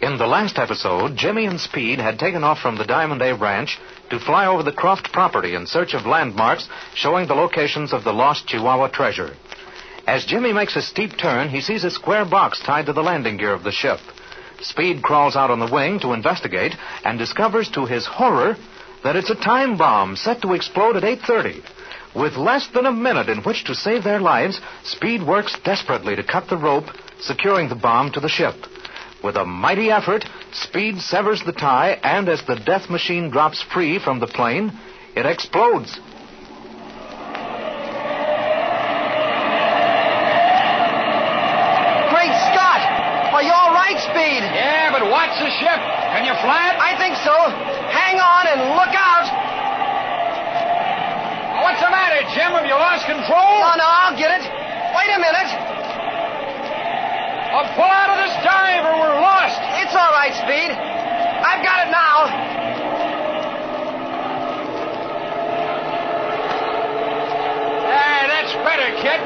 In the last episode, Jimmy and Speed had taken off from the Diamond A Ranch to fly over the Croft property in search of landmarks showing the locations of the lost Chihuahua treasure. As Jimmy makes a steep turn, he sees a square box tied to the landing gear of the ship. Speed crawls out on the wing to investigate and discovers to his horror that it's a time bomb set to explode at 8:30. With less than a minute in which to save their lives, Speed works desperately to cut the rope securing the bomb to the ship. With a mighty effort, Speed severs the tie, and as the death machine drops free from the plane, it explodes. Great Scott! Are you all right, Speed? Yeah, but watch the ship. Can you fly it? I think so. Hang on and look out. What's the matter, Jim? Have you lost control? No, no, I'll get it. Wait a minute. Or pull out of this dive or we're lost. It's all right, Speed. I've got it now. Ah, that's better, kid.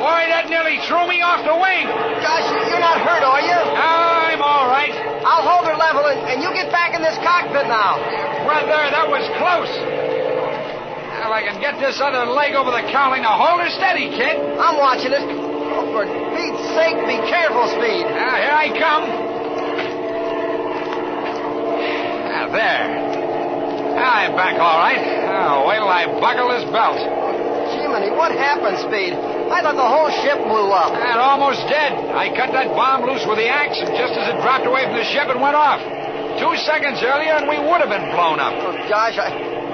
Boy, that nearly threw me off the wing. Gosh, you're not hurt, are you? I'm all right. I'll hold her level and, and you get back in this cockpit now. Brother, that was close. Now, If I can get this other leg over the cowling, now hold her steady, kid. I'm watching it. Oh, for Pete's sake, be careful, Speed. Now, Ah, here I come. Now, Ah, there. Now, I'm back all right. Now, wait till I buckle this belt. Jiminy, what happened, Speed? I thought the whole ship blew up. And almost dead. I cut that bomb loose with the axe, and just as it dropped away from the ship, it went off. Two seconds earlier, and we would have been blown up. Oh, gosh, I,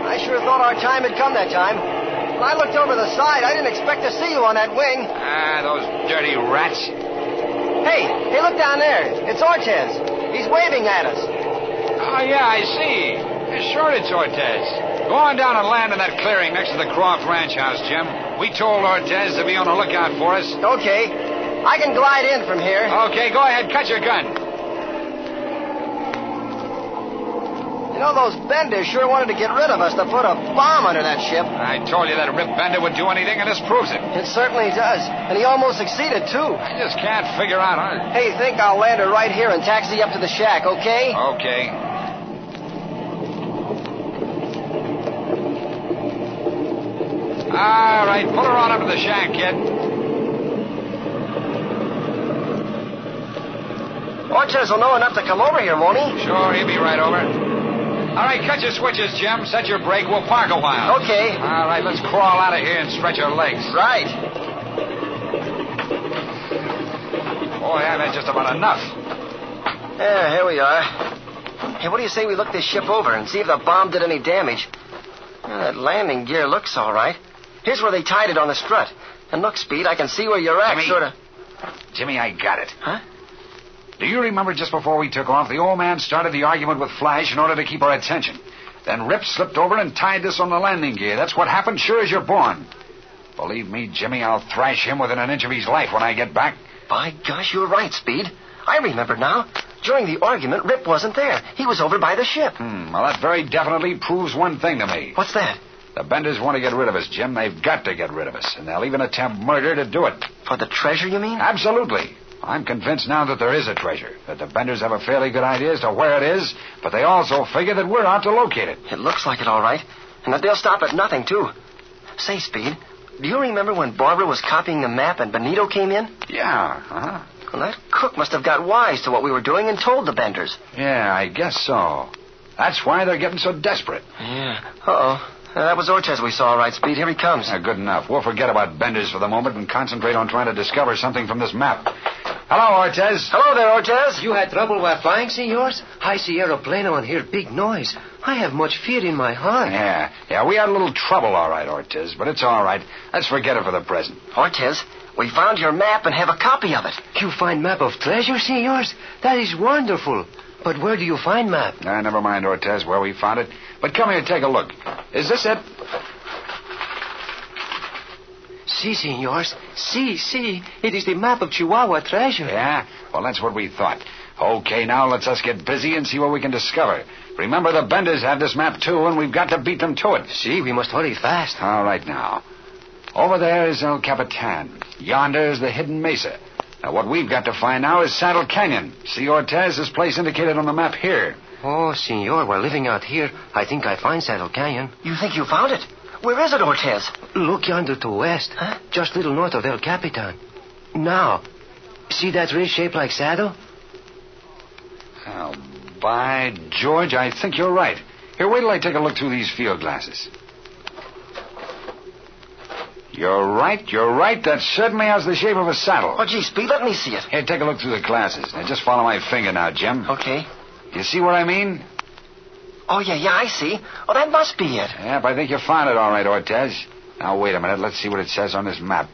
I sure thought our time had come that time. When I looked over the side, I didn't expect to see you on that wing. Ah, those dirty rats. Hey, hey, look down there. It's Ortiz. He's waving at us. Oh, yeah, I see. Sure, it's Ortez. Go on down and land in that clearing next to the Croft Ranch House, Jim. We told Ortez to be on the lookout for us. Okay. I can glide in from here. Okay, go ahead, cut your gun. You know, those benders sure wanted to get rid of us to put a bomb under that ship. I told you that Rip Bender would do anything, and this proves it. It certainly does. And he almost succeeded, too. I just can't figure out, huh? Hey, think I'll land her right here and taxi up to the shack, okay? Okay. All right, pull her on up to the shack, kid. Ortiz will know enough to come over here, won't he? Sure, he'll be right over. All right, cut your switches, Jim. Set your brake. We'll park a while. Okay. All right, let's crawl out of here and stretch our legs. Right. Boy, I've had just about enough. Yeah, here we are. Hey, what do you say we look this ship over and see if the bomb did any damage? Yeah, that landing gear looks all right. Here's where they tied it on the strut. And look, Speed, I can see where you're at, Jimmy. sort of. Jimmy, I got it. Huh? Do you remember just before we took off, the old man started the argument with Flash in order to keep our attention. Then Rip slipped over and tied this on the landing gear. That's what happened, sure as you're born. Believe me, Jimmy, I'll thrash him within an inch of his life when I get back. By gosh, you're right, Speed. I remember now. During the argument, Rip wasn't there. He was over by the ship. Hmm, well, that very definitely proves one thing to me. What's that? The Benders want to get rid of us, Jim. They've got to get rid of us, and they'll even attempt murder to do it. For the treasure, you mean? Absolutely. I'm convinced now that there is a treasure, that the Benders have a fairly good idea as to where it is, but they also figure that we're out to locate it. It looks like it, all right. And that they'll stop at nothing, too. Say, Speed, do you remember when Barbara was copying the map and Benito came in? Yeah, uh-huh. huh? Well, that cook must have got wise to what we were doing and told the Benders. Yeah, I guess so. That's why they're getting so desperate. Yeah. Uh-oh. Uh, that was Ortiz we saw, all right, Speed. Here he comes. Yeah, good enough. We'll forget about Benders for the moment and concentrate on trying to discover something from this map. Hello, Ortez. Hello there, Ortiz. You had trouble while flying, senors? I see aeroplano and hear big noise. I have much fear in my heart. Yeah, yeah, we had a little trouble, all right, Ortiz, but it's all right. Let's forget it for the present. Ortiz, we found your map and have a copy of it. You find map of treasure, senors? That is wonderful. But where do you find map? Ah, never mind, Ortiz, where we found it. But come here, take a look. Is this it? See, senors. See, see. It is the map of Chihuahua treasure. Yeah? Well, that's what we thought. Okay, now let's us get busy and see what we can discover. Remember, the Benders have this map, too, and we've got to beat them to it. See, we must hurry fast. All right, now. Over there is El Capitan. Yonder is the hidden mesa. Now, what we've got to find now is Saddle Canyon. See Ortez's place indicated on the map here. Oh, senor, we're living out here. I think I find Saddle Canyon. You think you found it? Where is it, Ortez? Look yonder to west, Huh? just little north of El Capitan. Now, see that ridge shaped like saddle? Oh, by George, I think you're right. Here, wait till I take a look through these field glasses. You're right, you're right. That certainly has the shape of a saddle. Oh, gee, Speed, let me see it. Here, take a look through the glasses. Now, just follow my finger now, Jim. Okay. You see what I mean? Oh, yeah, yeah, I see. Oh, that must be it. Yep, I think you found it all right, Ortez. Now, wait a minute. Let's see what it says on this map.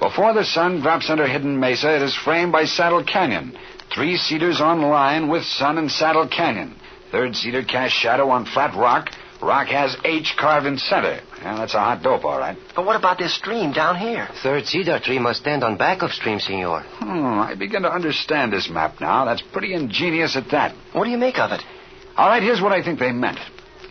Before the sun drops under Hidden Mesa, it is framed by Saddle Canyon. Three cedars on line with sun and Saddle Canyon. Third cedar casts shadow on flat rock. Rock has H carved in center. Yeah, that's a hot dope, all right. But what about this stream down here? Third cedar tree must stand on back of stream, senor. Hmm, I begin to understand this map now. That's pretty ingenious at that. What do you make of it? All right, here's what I think they meant.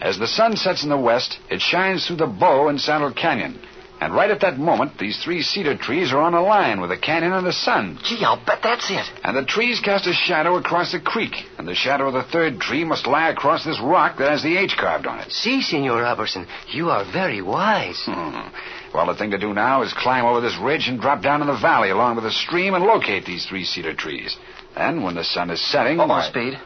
As the sun sets in the west, it shines through the bow in Saddle Canyon. And right at that moment, these three cedar trees are on a line with the canyon and the sun. Gee, I'll bet that's it. And the trees cast a shadow across the creek. And the shadow of the third tree must lie across this rock that has the H carved on it. See, senor Robertson, you are very wise. Hmm. Well, the thing to do now is climb over this ridge and drop down in the valley along with the stream and locate these three cedar trees. Then, when the sun is setting. Oh, why- Speed.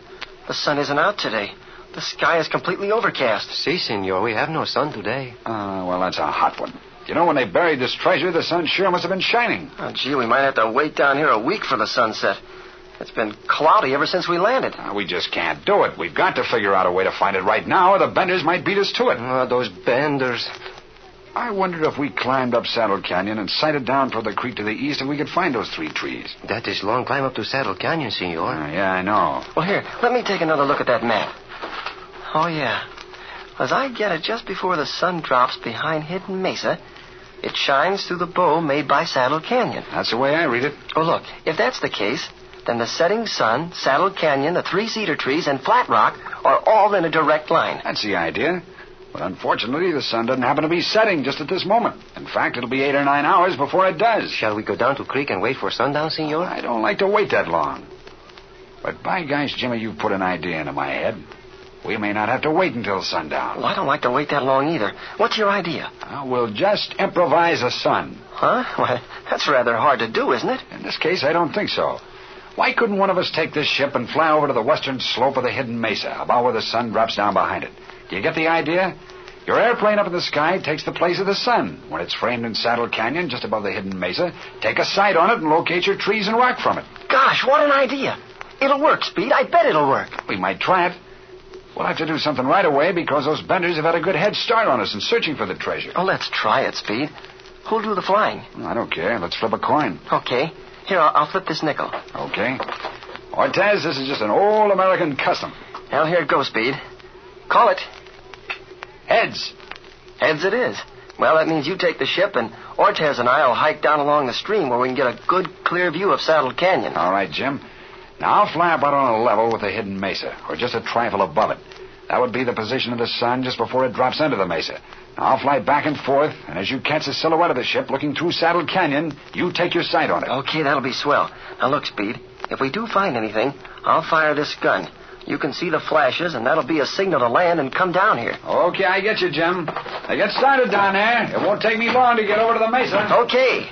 The sun isn't out today. The sky is completely overcast. See, senor, we have no sun today. Ah, well, that's a hot one. You know, when they buried this treasure, the sun sure must have been shining. Oh, gee, we might have to wait down here a week for the sunset. It's been cloudy ever since we landed. Uh, we just can't do it. We've got to figure out a way to find it right now, or the benders might beat us to it. Ah, those benders. I wondered if we climbed up Saddle Canyon and sighted down toward the creek to the east if we could find those three trees. That is long climb up to Saddle Canyon, senor. Uh, yeah, I know. Well, here, let me take another look at that map. Oh, yeah. As I get it, just before the sun drops behind Hidden Mesa, it shines through the bow made by Saddle Canyon. That's the way I read it. Oh, look, if that's the case, then the setting sun, Saddle Canyon, the three cedar trees, and Flat Rock are all in a direct line. That's the idea. But unfortunately, the sun doesn't happen to be setting just at this moment. In fact, it'll be eight or nine hours before it does. Shall we go down to creek and wait for sundown, senor? I don't like to wait that long. But by gosh, Jimmy, you've put an idea into my head. We may not have to wait until sundown. Well, I don't like to wait that long either. What's your idea? Uh, we'll just improvise a sun. Huh? Well, that's rather hard to do, isn't it? In this case, I don't think so. Why couldn't one of us take this ship and fly over to the western slope of the hidden mesa, about where the sun drops down behind it? Do you get the idea? Your airplane up in the sky takes the place of the sun. When it's framed in Saddle Canyon, just above the hidden mesa, take a sight on it and locate your trees and rock from it. Gosh, what an idea! It'll work, Speed. I bet it'll work. We might try it. We'll have to do something right away because those benders have had a good head start on us in searching for the treasure. Oh, let's try it, Speed. Who'll do the flying? I don't care. Let's flip a coin. Okay. Here, I'll, I'll flip this nickel. Okay. Ortez, this is just an old American custom. Well, here it goes, Speed. Call it. Heads. Heads it is. Well, that means you take the ship, and Ortez and I will hike down along the stream where we can get a good, clear view of Saddle Canyon. All right, Jim. Now I'll fly about on a level with the hidden mesa, or just a trifle above it. That would be the position of the sun just before it drops into the mesa. Now I'll fly back and forth, and as you catch the silhouette of the ship looking through Saddle Canyon, you take your sight on it. Okay, that'll be swell. Now, look, Speed. If we do find anything, I'll fire this gun. You can see the flashes, and that'll be a signal to land and come down here. Okay, I get you, Jim. Now get started down there. It won't take me long to get over to the mesa. Okay.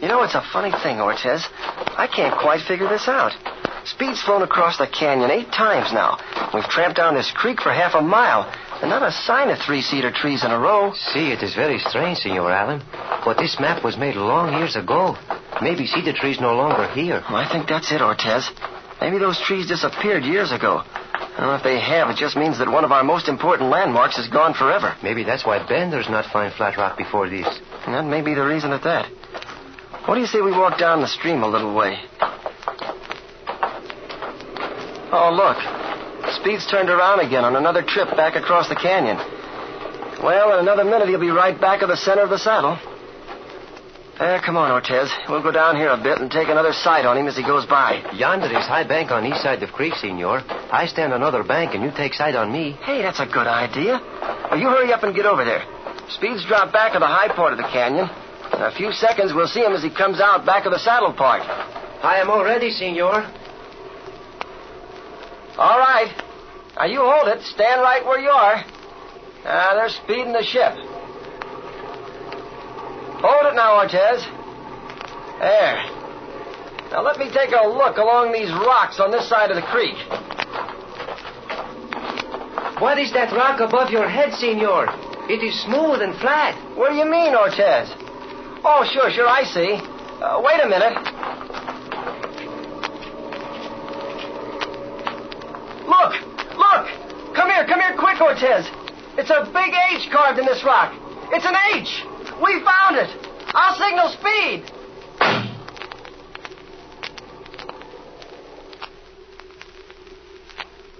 You know, it's a funny thing, Ortez. I can't quite figure this out. Speed's flown across the canyon eight times now. We've tramped down this creek for half a mile, and not a sign of three cedar trees in a row. See, it is very strange, senor Allen. But this map was made long years ago. Maybe cedar trees no longer here. Well, I think that's it, Ortez. Maybe those trees disappeared years ago. Well, if they have, it just means that one of our most important landmarks is gone forever. Maybe that's why Bender's not find Flat Rock before this. And that may be the reason at that. What do you say we walk down the stream a little way? Oh, look. Speed's turned around again on another trip back across the canyon. Well, in another minute, he'll be right back of the center of the saddle. There, Uh, come on, Ortez. We'll go down here a bit and take another sight on him as he goes by. Yonder is high bank on east side of creek, senor. I stand on other bank and you take sight on me. Hey, that's a good idea. Well, you hurry up and get over there. Speed's dropped back of the high part of the canyon. In a few seconds, we'll see him as he comes out back of the saddle part. I am all ready, senor. All right. Now, you hold it. Stand right where you are. Ah, they're speeding the ship. Hold it now, Ortez. There. Now, let me take a look along these rocks on this side of the creek. What is that rock above your head, senor? It is smooth and flat. What do you mean, Ortez? Oh, sure, sure, I see. Uh, wait a minute. Look! Look! Come here, come here quick, Ortez! It's a big H carved in this rock. It's an H! We found it! I'll signal speed!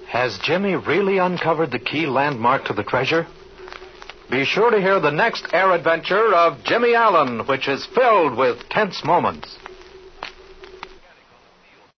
Has Jimmy really uncovered the key landmark to the treasure? Be sure to hear the next air adventure of Jimmy Allen, which is filled with tense moments.